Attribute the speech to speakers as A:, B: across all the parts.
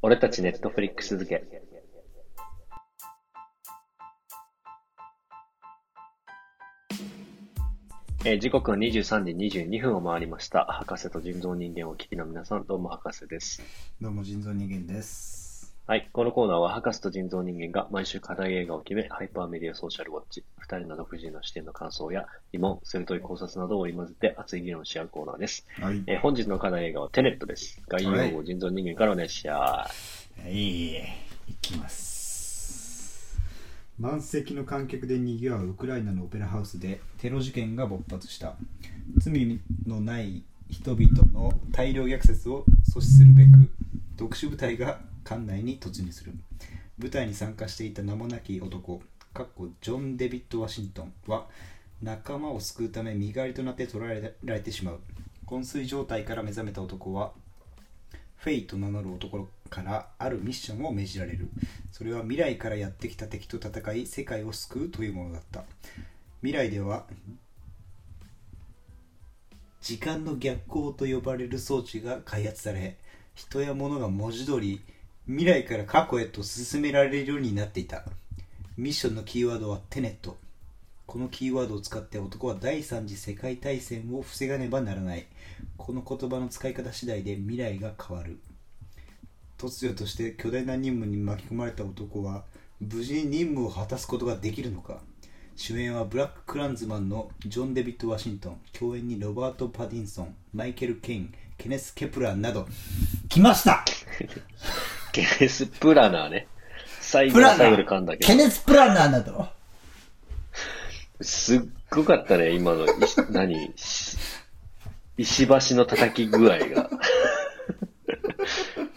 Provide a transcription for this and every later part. A: 俺たちネットフリックス漬け。えー時刻は23時22分を回りました。博士と人造人間をお聞きの皆さん、どうも博士です。
B: どうも人造人間です。
A: はい。このコーナーは、博士と人造人間が毎週課題映画を決め、ハイパーメディアソーシャルウォッチ、二人の独自の視点の感想や疑問、鋭い考察などを織り交ぜて熱い議論し合うコーナーです。
B: はい。
A: えー本日の課題映画はテネットです。概要を人造人間からお願いします。
B: はい。いきます。満席の観客で賑わうウクライナのオペラハウスでテロ事件が勃発した。罪のない人々の大量虐殺を阻止するべく、特殊部隊が館内に突入する。舞台に参加していた名もなき男、かっこジョン・デビッド・ワシントンは、仲間を救うため身代わりとなって捕らえられてしまう。昏睡状態から目覚めた男は、フェイと名乗る男からあるミッションを命じられるそれは未来からやってきた敵と戦い世界を救うというものだった未来では時間の逆行と呼ばれる装置が開発され人や物が文字通り未来から過去へと進められるようになっていたミッションのキーワードはテネットこのキーワードを使って男は第三次世界大戦を防がねばならないこの言葉の使い方次第で未来が変わる突如として巨大な任務に巻き込まれた男は無事に任務を果たすことができるのか主演はブラック・クランズマンのジョン・デビッド・ワシントン共演にロバート・パディンソンマイケル・ケインケネス・ケプラーなど来ました
A: ケースプラナーね。最後
B: プ
A: の
B: ラナ
A: 最後で噛んだ
B: ー
A: け
B: ケ
A: ど。
B: ネス・プラナーなど
A: すっごかったね、今の、い 何し石橋の叩き具合 が。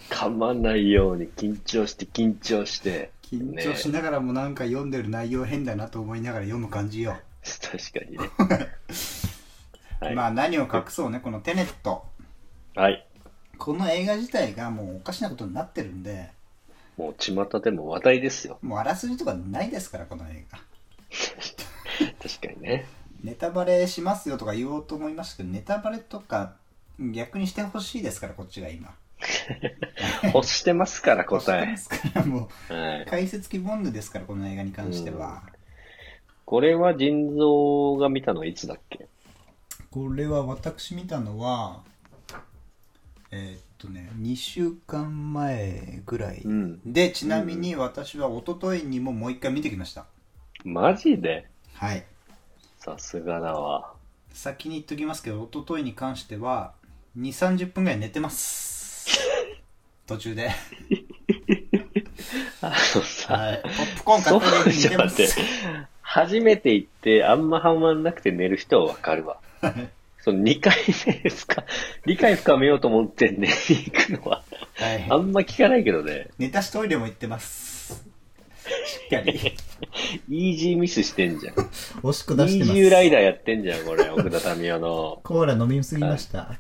A: 噛まないように緊張して緊張して。
B: 緊張し
A: ね
B: ながらもなんか読んでる内容変だなと思いながら読む感じよ、
A: 確かにね。はい。
B: まあ何を隠そうねこのテネット
A: はい。
B: この映画自体がもうおかしなことになってるんで
A: もう巷でも話題ですよ。
B: もうあらすじとかないですからこの映画
A: 確かに ね。
B: ネタバレしますよとか言おうと思いましたけどネタバレとか逆にしてほしいですからこっちが今
A: 欲してますから、答
B: で
A: え。
B: すからも
A: は
B: う
A: い。
B: 解説希望ぬですからこの映画に関しては
A: これは腎臓が見たのはいつだっけ
B: これは私見たのはえーっとね2週間前ぐらい
A: うん。
B: でちなみに私は一昨日にももう一回見てきました
A: マジで
B: はい
A: さすがだわ。
B: 先に言っときますけど一昨日に関しては2 3 0分ぐらい寝てます途中で
A: あのさ、
B: はい、ポップコーン買った時に似てま
A: そう
B: す
A: じ。 初めて行ってあんまハマんなくて寝る人はわかる わ。その2回目ですか、理解深めようと思って寝に行くのは、あ
B: はい、
A: んま聞かないけどね、
B: ネタしトイレも行ってます。しっかり。
A: イージーミスしてんじゃん。
B: 惜しく
A: イージーライダーやってんじゃん、これ、奥田民生の。
B: コーラ飲みすぎました。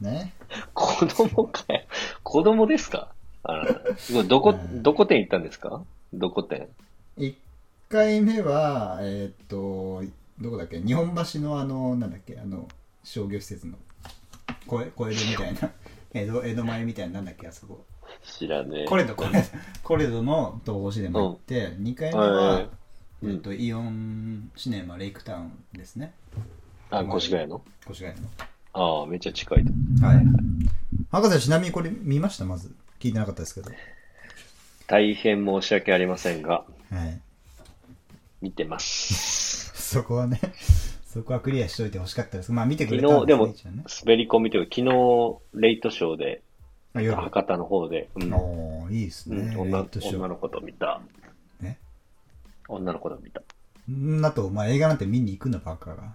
B: ね。
A: 子供かよ。子供ですかあらすごいどこ、どこ店行ったんですかどこ店
B: 1回目は、えーっと、どこだっけ日本橋のあの、なんだっけあの、商業施設の、小江小江戸みたい な。江戸、江戸前みたいな、なんだっけあそこ。
A: 知らねえ。
B: コレド、コレド、コレドの東宝シネマ行って、2回目
A: はい
B: は、えーっと、イオンシネマレイクタウンですね。
A: あ、越谷の
B: 越谷の。
A: ああ、めっちゃ近いと。
B: はい。博士、ちなみにこれ見ましたまず。聞いてなかったですけど。
A: 大変申し訳ありませんが、
B: はい。
A: 見てます。
B: そこはね、 そこはクリアしといてほしかったです。まあ見てく
A: 昨
B: れた
A: 日、
B: んで
A: です
B: ね、
A: も
B: 一応ね。、
A: 滑り込みというか、昨日、レイトショーで、
B: あ、夜。
A: 博多の方で、うん
B: おー、いいです
A: う
B: ね。
A: ん
B: レ
A: 女
B: イトショ
A: 女
B: ー。
A: の子と見た。
B: ね。
A: 女の子と見た。
B: んなと、まあ映画なんて見に行くの、バカが。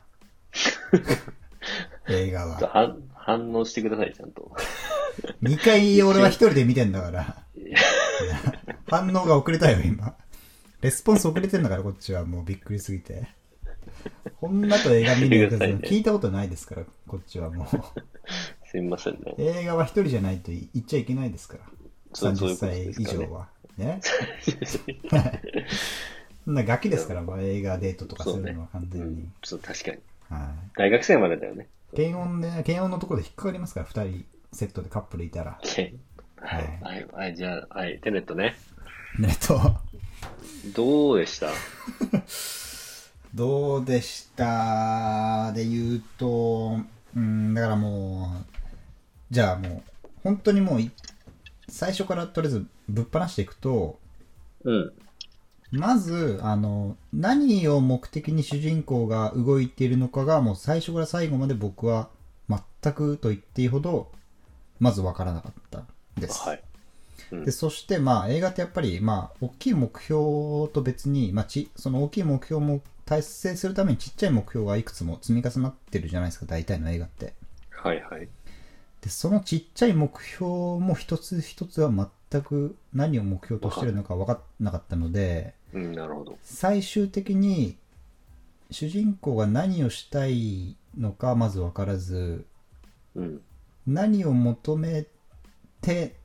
B: 映画は。
A: 反反応してください、ちゃんと。
B: 2回俺は一人で見てんだから。 反応が遅れたよ、今。レスポンス遅れてんだから、こっちはもうびっくりすぎ て。こんなと映画見に行くやつ
A: 見てくださいね
B: 聞いたことないですから、こっちはもう。
A: すみませんね。
B: 映画は一人じゃないと言っちゃいけないですから。
A: そうそうい
B: 30
A: うこと
B: 歳
A: で
B: 以
A: すかね
B: 上は。ね。 そんなガキですから、まあ映画デートとかす
A: そう
B: る
A: ね
B: のは完。
A: う
B: 全に
A: ん。、そう、確かに。
B: は
A: 大学生までだよね。
B: い。検温で、検温のところで引っかかりますから、二人セットでカップルいたら。
A: けはい。はい。はい。じゃあ、はい。テネットね。
B: ねと、
A: どうでした
B: どうでしたで言うと、うん、だからもう、じゃあもう、本当にもうい、最初からとりあえずぶっ放していくと、
A: うん。
B: まず、あの、何を目的に主人公が動いているのかが、もう最初から最後まで僕は全くと言っていいほど、まずわからなかったです。
A: はい。うん
B: で、そして、まあ、映画ってやっぱり、まあ、大きい目標と別に、まあ、ち、その大きい目標も達成するためにちっちゃい目標がいくつも積み重なってるじゃないですか、大体の映画って。
A: はいはい。
B: で、そのちっちゃい目標も一つ一つは全く何を目標としてるのか分かんなかったので、
A: うん、なるほど。
B: 最終的に主人公が何をしたいのかまず分からず
A: うん。
B: 何を求めて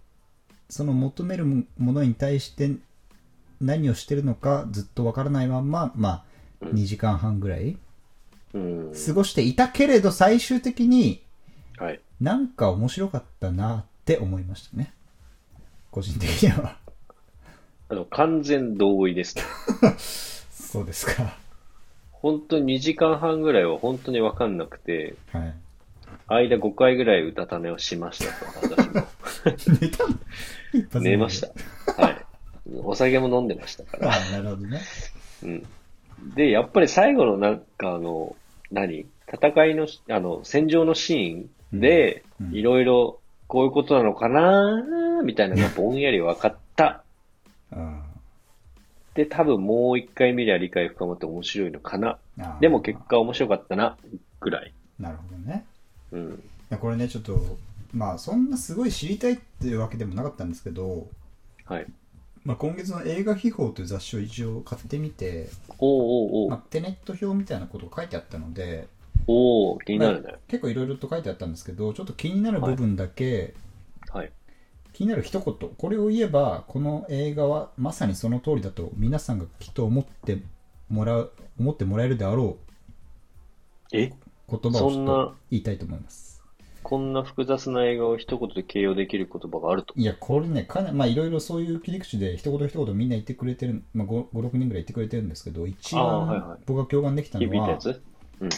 B: その求めるものに対して何をしてるのかずっと分からないまんままあ
A: うん
B: 2時間半ぐらい
A: うん。
B: 過ごしていたけれど最終的に
A: はい。
B: なんか面白かったなって思いましたね個人的には
A: あの、完全同意ですね。
B: そうですか
A: 本当に2時間半ぐらいは本当にわかんなくて、
B: はい
A: 間5回ぐらいうたた寝をしましたと、私 も。
B: 寝たの一発目
A: 寝ました。はい。お酒も飲んでましたから。
B: ああなるほ どね
A: うん。で、やっぱり最後のなんかあの、何戦いのし、あの、戦場のシーンで
B: う、ん
A: いろいろこういうことなのかなーみたいなのがぼんやり分かった。
B: あ
A: で、多分もう一回見りゃ理解深まって面白いのかな。
B: ーあー
A: でも結果面白かったな、ぐらい。
B: なるほどね
A: うん。
B: いやこれねちょっとまあそんなすごい知りたいっていうわけでもなかったんですけど、
A: はい。
B: まあ、今月の映画秘宝という雑誌を一応買ってみて、
A: おうおうお
B: まあ
A: う、
B: テネット表みたいなことが書いてあったので
A: おお気になるね。
B: 結構いろいろと書いてあったんですけどちょっと気になる部分だけ、
A: はい。
B: 気になる一言これを言えばこの映画はまさにその通りだと皆さんがきっと思ってもらう思ってもらえるであろ
A: え
B: う言葉をち
A: そ
B: ょ
A: んな
B: っと言いたいと思います
A: こんな複雑な映画を一言で形容できる言葉があると。
B: いや、これね、かなり、まあ、いろいろそういう切り口で、一言一言みんな言ってくれてる、まあ、5、6人ぐらい言ってくれてるんですけど、一
A: あーはいは
B: 番
A: い
B: 僕が共感できたの
A: 響いたや
B: は、
A: つうん。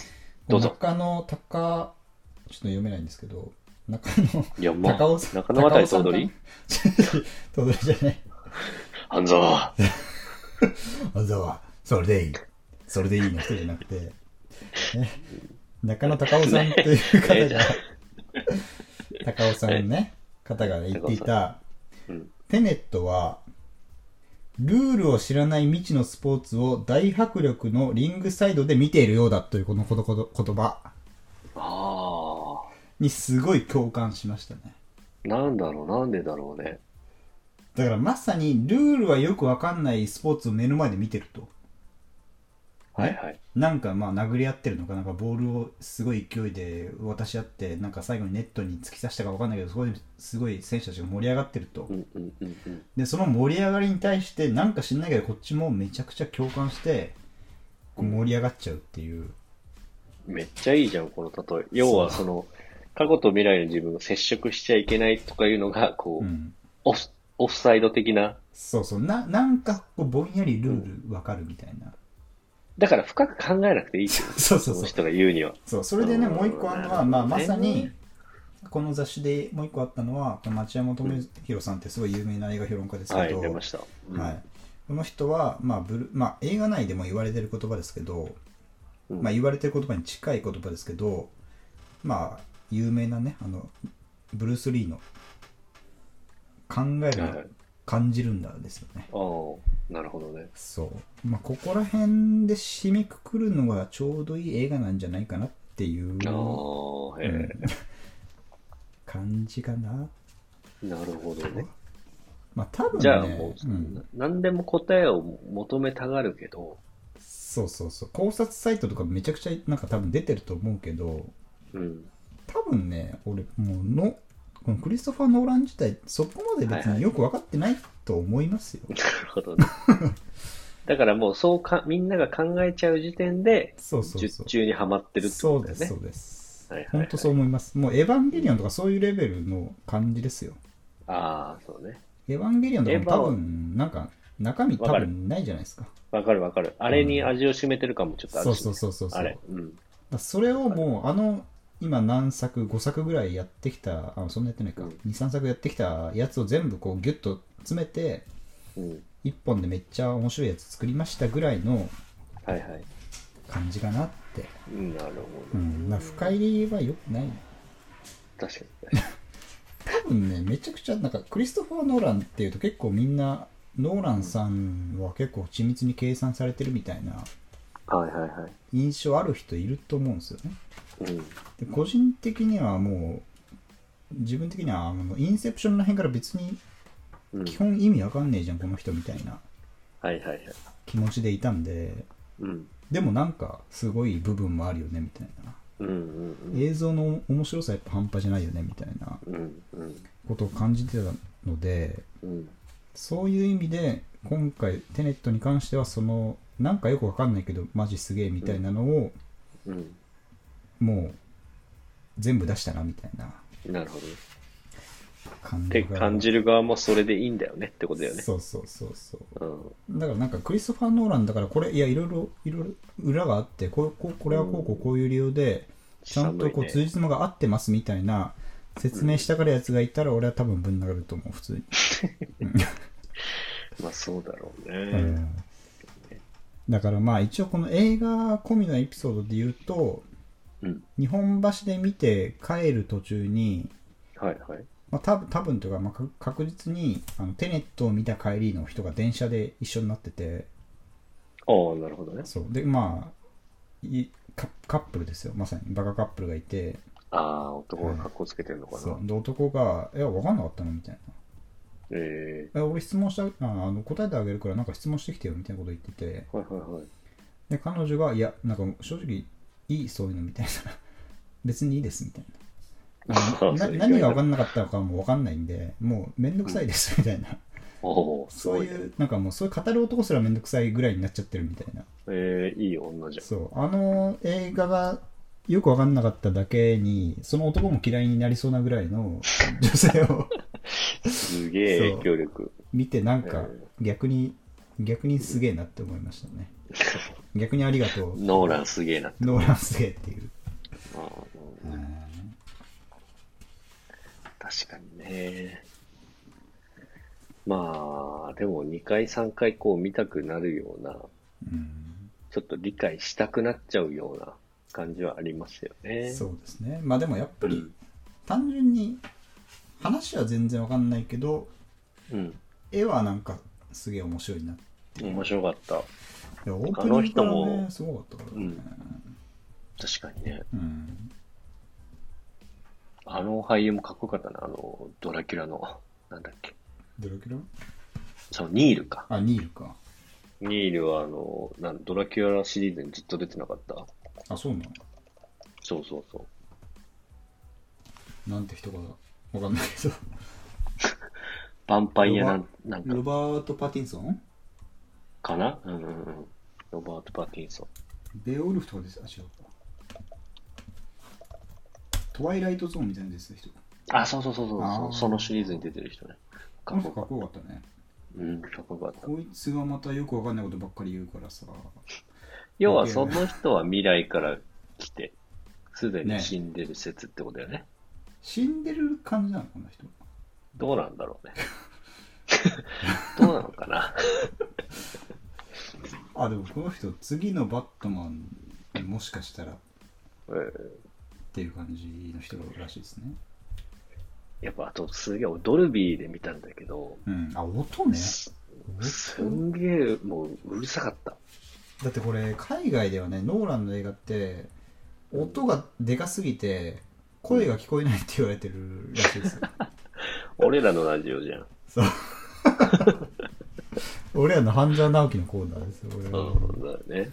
A: どうぞ
B: 中野高、ちょっと読めないんですけど、中野、
A: いや、まあ、
B: 高尾さん
A: 中野渡り総
B: 高尾さんか
A: 取り
B: 頭 取じゃない。
A: 半沢。
B: あざは、それでいい。それでいいの人じゃなくて、ね、中野高尾さんという方が、
A: ね えじゃあ
B: 高尾さんのね、方が言ってい
A: 高
B: た、
A: うん。
B: テネットは、ルールを知らない未知のスポーツを大迫力のリングサイドで見ているようだというこのことこと言葉
A: あ
B: にすごい共感しましたね。
A: あ、なんだろう、なんでだろうね。
B: だからまさにルールはよくわかんないスポーツを目の前で見てると。
A: はいはい。
B: なんかまあ殴り合ってるのかなんかボールをすごい勢いで渡し合ってなんか最後にネットに突き刺したかわかんないけどそこですごい選手たちが盛り上がってると
A: う。んうんうんうん。
B: でその盛り上がりに対してなんか知んないけどこっちもめちゃくちゃ共感してこう盛り上がっちゃうっていう。
A: めっちゃいいじゃん、この例え。要は、その、過去と未来の自分が接触しちゃいけないとかいうのが、こ
B: う
A: う、
B: ん
A: オフ、オフサイド的な。
B: そうそうななんかこうぼんやりルールわかるみたいな、
A: だから深く考えなくていいってこ
B: そうそ
A: とそ
B: う
A: の
B: そう
A: 人が言うには。
B: そうそれでね
A: うん
B: もう一個あるのは、まあ、まさにこの雑誌でもう一個あったのはこの町山智弘さんってすごい有名な映画評論家です
A: は
B: け
A: い、
B: ど、
A: 出ました。うん
B: はいこの人は、まあブルまあ、映画内でも言われてる言葉ですけど、
A: うん
B: まあ、言われてる言葉に近い言葉ですけど、まあ、有名なねあのブルース・リーの「考える
A: はいはい
B: な感じるんだ」ですよね
A: ああ、なるほどね。
B: そう、まあ、ここら辺で締めくくるのがちょうどいい映画なんじゃないかなっていう
A: あ
B: 感
A: あ、へ
B: じかな、
A: え、なるほどね。
B: まあ、多分ね
A: じゃあもう、
B: ん、
A: 何でも答えを求めたがるけど、
B: そうそうそう考察サイトとかめちゃくちゃなんか多分出てると思うけど
A: うん。
B: 多分ね俺もうのこのクリストファー・ノーラン自体そこまで別によく分かってないと思いますよ、
A: なるほどね。だからもうそうか、みんなが考えちゃう時点で、
B: そうそう
A: 術
B: そう
A: 中にはまってるってこ
B: そ
A: と
B: う
A: だ
B: で
A: よ
B: す
A: ね
B: そ。うです
A: はいはいはい
B: 本当そう思いますもうエヴァンゲリオンとかそういうレベルの感じですよ
A: ああ、そうね。
B: エヴァンゲリオンとかも多
A: エヴ
B: 分、なんか、中身多
A: わかる
B: 分ないじゃないですか。
A: わかるわかる。あれに味を占めてる感もちょっとあ
B: そ
A: る
B: う
A: し、
B: そうそうそう。
A: あれ。うん。
B: だそれをもうあの今何作5作ぐらいやってきたあそんなやってないか、
A: うん
B: 23作やってきたやつを全部こうギュッと詰めて
A: うん。
B: 1本でめっちゃ面白いやつ作りましたぐらいの
A: はいはい。
B: 感じかなって、
A: うん、なるほ
B: う
A: ど。
B: ん、だから深入りは良くない
A: 確か
B: 多分ねめちゃくちゃなんかクリストファー・ノーランっていうと結構みんなノーランさんは結構緻密に計算されてるみたいな
A: に。はいはいは
B: 印象ある人いると思うんですよね
A: い。うん。
B: で個人的にはもう自分的にはあのインセプションの辺から別に
A: うん。
B: 基本意味わかんねえじゃんこの人みたいな
A: はいはいはい。
B: 気持ちでいたんで
A: うん。
B: でもなんかすごい部分もあるよねみたいな
A: うんうん
B: 映像の面白さやっぱ半端じゃないよねみたいな
A: うん。うんうん
B: ことを感じてたので
A: うん。
B: そういう意味で今回テネットに関してはそのなんかよくわかんないけどマジすげえみたいなのを
A: うん。
B: もう全部出したなみたいな
A: なるほどね。
B: 感
A: って
B: じが
A: 感じる側もそれでいいんだよねってことだよね。
B: そうそうそうそう
A: うん。
B: だからなんかクリストファー・ノーランだからこれいやいろいろいろいろ裏があってこうこうこれはこうこうこういう理由でちゃんとこう
A: 寒い
B: 通じつまが合ってますみたいな説明したからやつがいたら俺は多分ぶん殴ると思う普通に、
A: ね、まあそうだろうね。
B: うんだからまあ一応この映画込みのエピソードで言うと
A: うん。
B: 日本橋で見て帰る途中に
A: はいはい。
B: まあ多分多分というかまあか確実にあのテネットを見た帰りの人が電車で一緒になってて
A: ああ、なるほどね。
B: そうでまあいカカップルですよまさにバカカップルがいて
A: ああ、男が格好つけてるのかな。
B: そうで男が「いや分かんなかったの?」みたい
A: ええ
B: な「え俺質問したああの答えてあげるからなんか質問してきてよ」みたいなこと言ってて
A: はいはいはい。
B: で彼女が「いやなんか正直いいそういうの」みたいな 別にいいですみたいな。 あのな
A: それ
B: 何が分かんなかったのかも分かんないんでもうめんどくさいですみたいな、
A: おおー、す
B: そう
A: ごい
B: い
A: ね。
B: うなんかもうそういう語る男すらめんどくさいぐらいになっちゃってるみたいな
A: ええいい女じゃん。
B: そうあの映画がよく分かんなかっただけにその男も嫌いになりそうなぐらいの女性 を
A: すげえ
B: そう
A: 影響力。
B: 見てなんか
A: え
B: 逆に逆にすげえなって思いました ね逆にありがとう
A: ノーランすげえなって。
B: ノーランすげえっていう、
A: あーうん確かにね。まあ、でも2回3回こう見たくなるような、
B: うん
A: ちょっと理解したくなっちゃうような感じはありますよね。
B: そうですねまあでもやっぱ
A: う
B: り
A: ん。
B: 単純に話は全然分かんないけど
A: うん。
B: 絵はなんかすげえ面白いなって
A: 面白かった。
B: いやオープニングから
A: あの人
B: ね
A: も
B: すごかったからね
A: 確かにね。
B: うん
A: あの俳優もかっこよかったな。あの、ドラキュラの、なんだっけ。
B: ドラキュラ
A: そう、ニールか。
B: あニールか
A: ニールはあの、なんドラキュラシリーズにずっと出てなかった。
B: あそうなの
A: そうそうそう。
B: なんて人かわかんない けど
A: ヴァンパイアなんなんか
B: ロバート・パティンソン
A: かなうんうんうん。ロバート・パーティンソン。
B: ベオルフとかですあ違うかトワイライトゾーンみたいなです人
A: あ、そうそうそうそう
B: あ
A: そ
B: ー
A: う。そのシリーズに出てる人ね。か
B: この
A: っ
B: 人
A: こよ
B: か
A: かっ
B: っこよかったね
A: た。うん、かっこよかった。
B: こいつがまたよくわかんないことばっかり言うからさ
A: 要はその人は未来から来て、すで
B: ね
A: に死んでる説ってことだよね。
B: 死んでる感じなのこの人
A: どうなんだろうね。 どうなのかな。
B: あでもこの人次のバットマンにもしかしたらっ
A: うん
B: ていう感じの人らしいですね
A: やっぱあとすげえ、ドルビーで見たんだけど、
B: うんあ音ね
A: すすんげえもううるさかった。
B: だってこれ海外ではねノーランの映画って音がでかすぎて声が聞こえないって言われてるらしいで すよ
A: 俺らのラジオじゃん。
B: そう俺らの半沢直樹のコーナーですよ俺らの
A: そうだよね。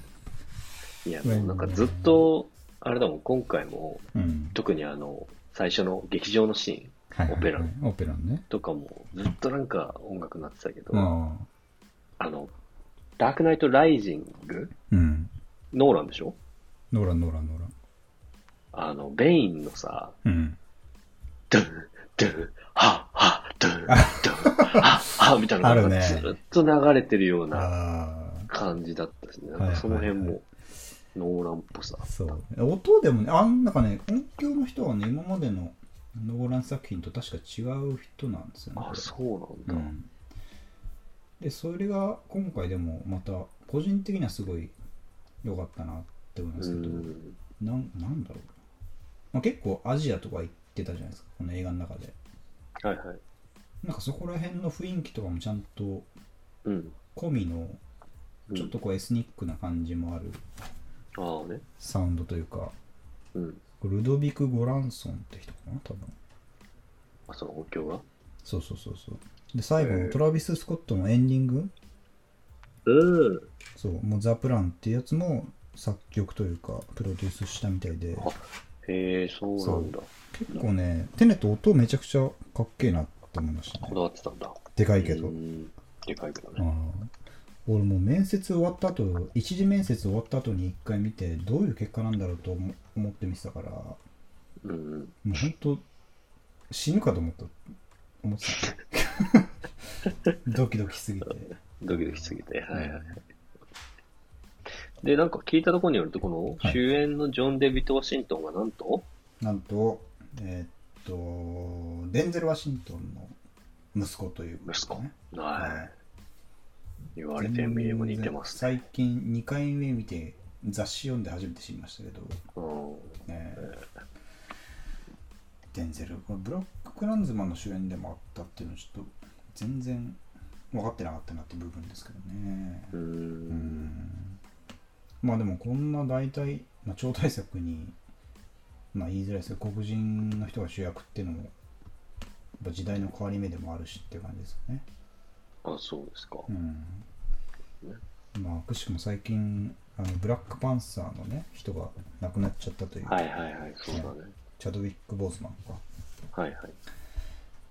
A: いや、もうなんかずっと、あれだもん、今回も、
B: うん
A: 特にあの、最初の劇場のシーン
B: はいはいはい
A: オペラ
B: オペラのね
A: とかも、ずっとなんか音楽になってたけど、
B: ああ
A: あの、ダークナイトライジング
B: うん
A: ノーランでしょ
B: ノーランノーランノーラン
A: あの、ベインのさ、
B: うん
A: ドゥン、ドゥン、ハッ、ハッ、ドゥン、ドゥン、あ、あ、みたいなの
B: ある
A: が
B: ね
A: ずっと流れてるような
B: あ
A: 感じだったですね。な
B: は
A: ん
B: いはい
A: かその辺も、ノーランっぽさ
B: あ。そう音でもねあんなんかね音響の人はね今までのノーラン作品と確か違う人なんですよね
A: あ、
B: これ
A: そう
B: う
A: なんだ。
B: ん、でそれが今回でもまた個人的にはすごい良かったなって思いま
A: う
B: すけど、
A: ん。
B: なんなんだろう、まあ、結構アジアとか行ってたじゃないですかこの映画の中で
A: はいはい。
B: なんかそこら辺の雰囲気とかもちゃんと
A: うん。
B: 込みの
A: うん
B: ちょっとこうエスニックな感じもある
A: ああね。
B: サウンドというか、
A: うん。
B: ルドビク・ゴランソンって人かな多分
A: あ、その補強が
B: そうそうそうそうで最後
A: へ
B: の
A: え
B: トラビス・スコットのエンディング
A: うん。
B: そうもうザ・プランっていうやつも作曲というかプロデュースしたみたいで
A: あへえ、そうなんだ。
B: 結構ねテネット音めちゃくちゃかっけえなって思いました
A: こ
B: ね
A: だわってたんだ。
B: でかいけど、
A: うんでかいけど
B: あ
A: ね。
B: ー俺もう面接終わった後一次面接終わった後に一回見てどういう結果なんだろうと思思って見てたからも
A: うん。
B: うほんと死ぬかと思った思ってた ドキドキしすぎて
A: ドキドキしすぎて。はいはい。で、なんか聞いたところによると、こ
B: は
A: の
B: い
A: 主演のジョン・デビッド・ワシントンがなんと、
B: なんとえーっとデンゼル・ワシントンの息子ということですね
A: 息
B: は
A: はいい。言われてみれば似てますね。
B: 全然最近2回目見て雑誌読んで初めて知りましたけど
A: うん。
B: ねえデンゼルこれブロック・クランズマンの主演でもあったっていうのはちょっと全然分かってなかったなって部分ですけどね
A: うー。
B: うんんまあでもこんな大体、まあ、超大作に、まあ、言いづらいですけど黒人の人が主役っていうのもやっぱ時代の変わり目でもあるしっていう感じですよね
A: あ、そうですか。
B: うんまあくしくも最近あのブラックパンサーのね人が亡くなっちゃったという、
A: はいはいはい、そうだね。
B: チャドウィック・ボーズマンか
A: はいはい。
B: っ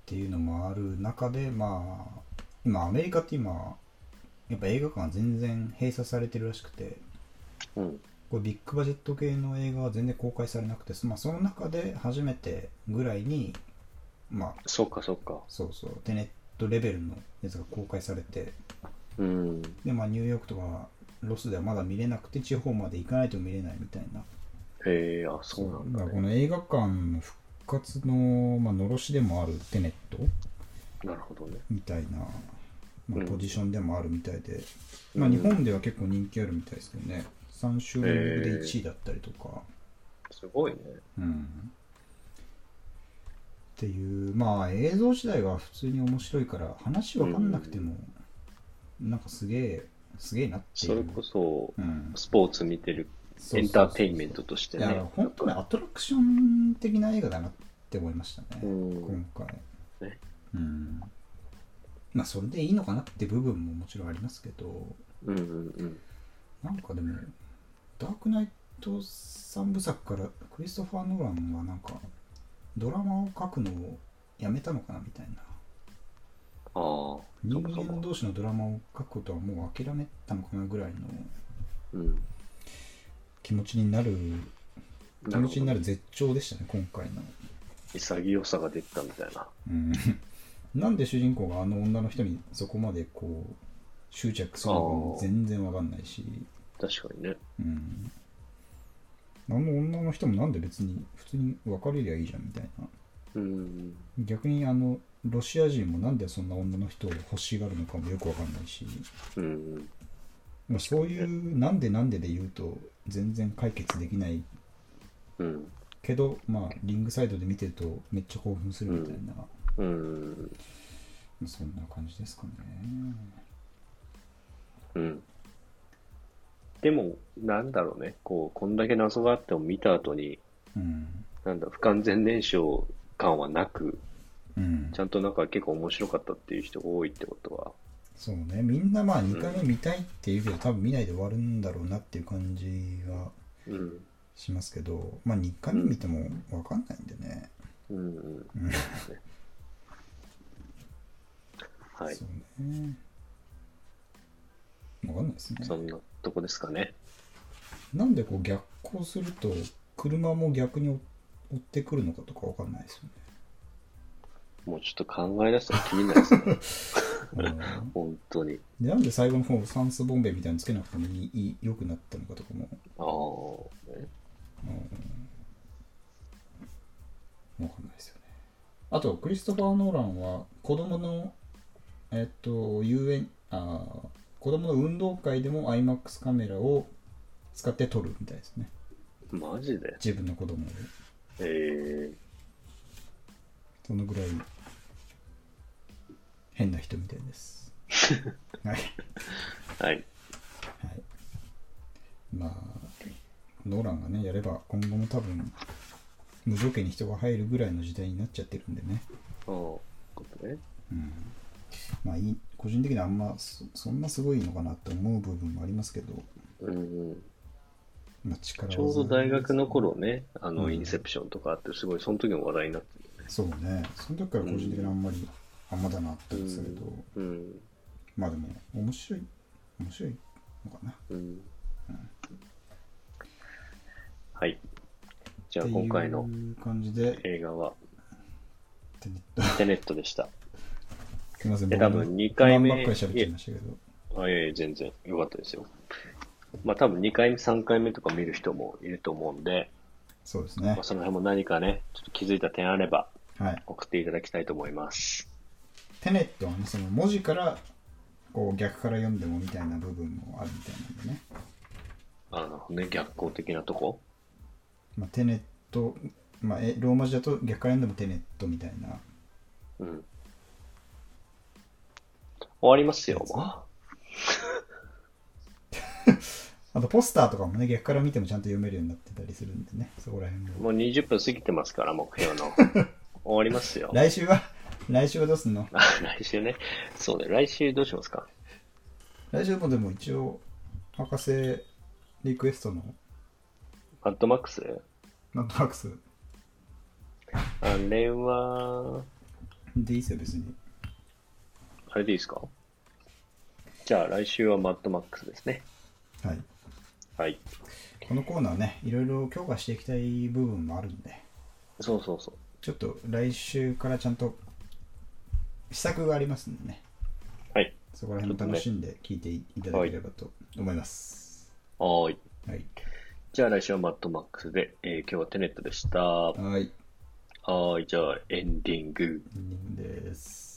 B: ていうのもある中でまあ今アメリカって今やっぱ映画館が全然閉鎖されてるらしくて
A: うん。
B: これビッグバジェット系の映画は全然公開されなくて、まあ、その中で初めてぐらいにまあ
A: そっかそっか。
B: そうそうテネットレベルのやつが公開されて
A: うん。
B: でまあニューヨークとかロスではまだ見れなくて地方まで行かないと見れないみたいな
A: へえ、あ、そうなんだ
B: まあこ
A: ね。
B: の映画館の復活の、まあのろしでもあるテネット
A: なるほどね。
B: みたいな、ま
A: う
B: あ、
A: ん
B: ポジションでもあるみたいで、まあ、
A: うん
B: 日本では結構人気あるみたいですけどね、3週連続で1位だったりとか、
A: すごいね。
B: うん。っていう、まあ映像自体は普通に面白いから、話わかんなくても、なんかすげえ、すげえなってい
A: そ
B: う。
A: れこそ、
B: うん、
A: スポーツ見てる
B: そうそうそう
A: エンターテインメントとして
B: いや、
A: ね。
B: 本当にアトラクション的な映画だなって思いましたね。
A: うん。
B: 今回
A: ね
B: うんまあそれでいいのかなって部分ももちろんありますけど
A: うんうん
B: なんかでもダークナイト三部作からクリストファー・ノーランはなんかドラマを書くのをやめたのかなみたいな
A: うん。ああ、そ
B: 人
A: もそ
B: 間
A: も。
B: 同士のドラマを書くことはもう諦めたのかなぐらいの
A: うん。
B: 気持ちになる気
A: なる
B: 持
A: ほ
B: ちにな
A: ど。
B: る絶頂でしたね今回の、
A: 潔さが出てたみたいな。
B: うん、 なんで主人公があの女の人にそこまでこう執着するのかも全然わかんないし
A: 確かにね。
B: うん。あの女の人もなんで別に普通に別れりゃいいじゃんみたいな。
A: うん。
B: 逆にあのロシア人もなんでそんな女の人を欲しがるのかもよくわかんないし、
A: うん。
B: まあ、そういうなんでなんでで言うと全然解決できない
A: うん。
B: けど、まあリングサイドで見てるとめっちゃ興奮するみたいな、
A: うん。
B: そんな感じですかね。
A: うん。でも、なんだろうね。こう、こんだけ謎があっても見た後に、
B: うん。
A: なんだ、不完全燃焼感はなく、
B: うん
A: ち、ゃんとなんか結構面白かったっていう人が多いってことは、
B: そうねみんなまあ2回目見たいって言うけど多分見ないで終わるんだろうなっていう感じは
A: うん。
B: しますけど、まあ、2回目見ても分かんないんでね、
A: うんうん。
B: うん
A: はい。
B: そうね分かんないですね
A: そんなとこですかね。
B: なんでこう逆行すると車も逆に追追ってくるのかとか分かんないですよね
A: もうちょっと考え出したら気になりますね。
B: うん
A: 本当に。
B: でなんで最後の方酸素ボンベみたいにつけなくてもいいいい良くなったのかとかも、
A: ああ、ね
B: うん、分かんないですよねあとクリストファー・ノーランは子供のえっと遊園あー子供の運動会でも IMAX カメラを使って撮るみたいですね
A: マジで
B: 自分の子供を
A: ええ
B: そのぐらい変な人みたいですはい
A: はい。
B: はい、まあノーランがねやれば今後も多分無条件に人が入るぐらいの時代になっちゃってるんでね、
A: ああ、ことね。
B: うん、まあいい個人的にはあんまそそんなすごいのかなと思う部分もありますけど、
A: うん。
B: まあ、力
A: ちょうど大学の頃ね、あ
B: う
A: の、
B: ん
A: インセプションとかあって、すごい、その時も話題になってるよね。
B: そうねその時から個人的にあんまり、あんまだなって思ってたけど、
A: うん。
B: まあでも面白い面白いのかな
A: うん。はい。じゃあ、今回
B: っ
A: の
B: ていう感じで
A: 映画は、
B: テネット
A: テネットでした。
B: すいません
A: え
B: 僕の
A: 多分二回目
B: 不満ばっかり喋っちゃいましたけど
A: あ、いえいえ、全然良かったですよ。まあ多分2回目、3回目とか見る人もいると思うんで、
B: そうですね
A: まあ、その辺も何かね、ちょっと気づいた点あれば
B: はい
A: 送っていただきたいと思います。
B: テネットはねその文字からこう逆から読んでもみたいな部分もあるみたいなんでね、
A: あのね、逆光的なとこ
B: まあ、テネット、まあ、えローマ字だと逆から読んでもテネットみたいな
A: うん。終わりますよ、も
B: あとポスターとかもね逆から見てもちゃんと読めるようになってたりするんでねそこら辺
A: う。
B: も
A: もう20分過ぎてますから、目標 の。終わりますよ。
B: 来週は 来週はどうすんの
A: あ 来週ね。そうね、来週どうしますか
B: 来週もでも一応博士リクエストの
A: マッドマックス
B: マットワークス
A: あれは、
B: でいいっすよ別に
A: あれでいいですかじゃあ来週はマッドマックスですね。
B: はい
A: はい。
B: このコーナーねいろいろ強化していきたい部分もあるんで
A: そうそうそう。
B: ちょっと来週からちゃんと試作がありますんでね、
A: はい。
B: そこら辺も楽しんで聞いていただければと思います。
A: はーい。
B: はい。
A: じゃあ来週はマッドマックスで、えー今日はテネットでした。は
B: はい。
A: ーい。じゃあエンディング。
B: エンディングです。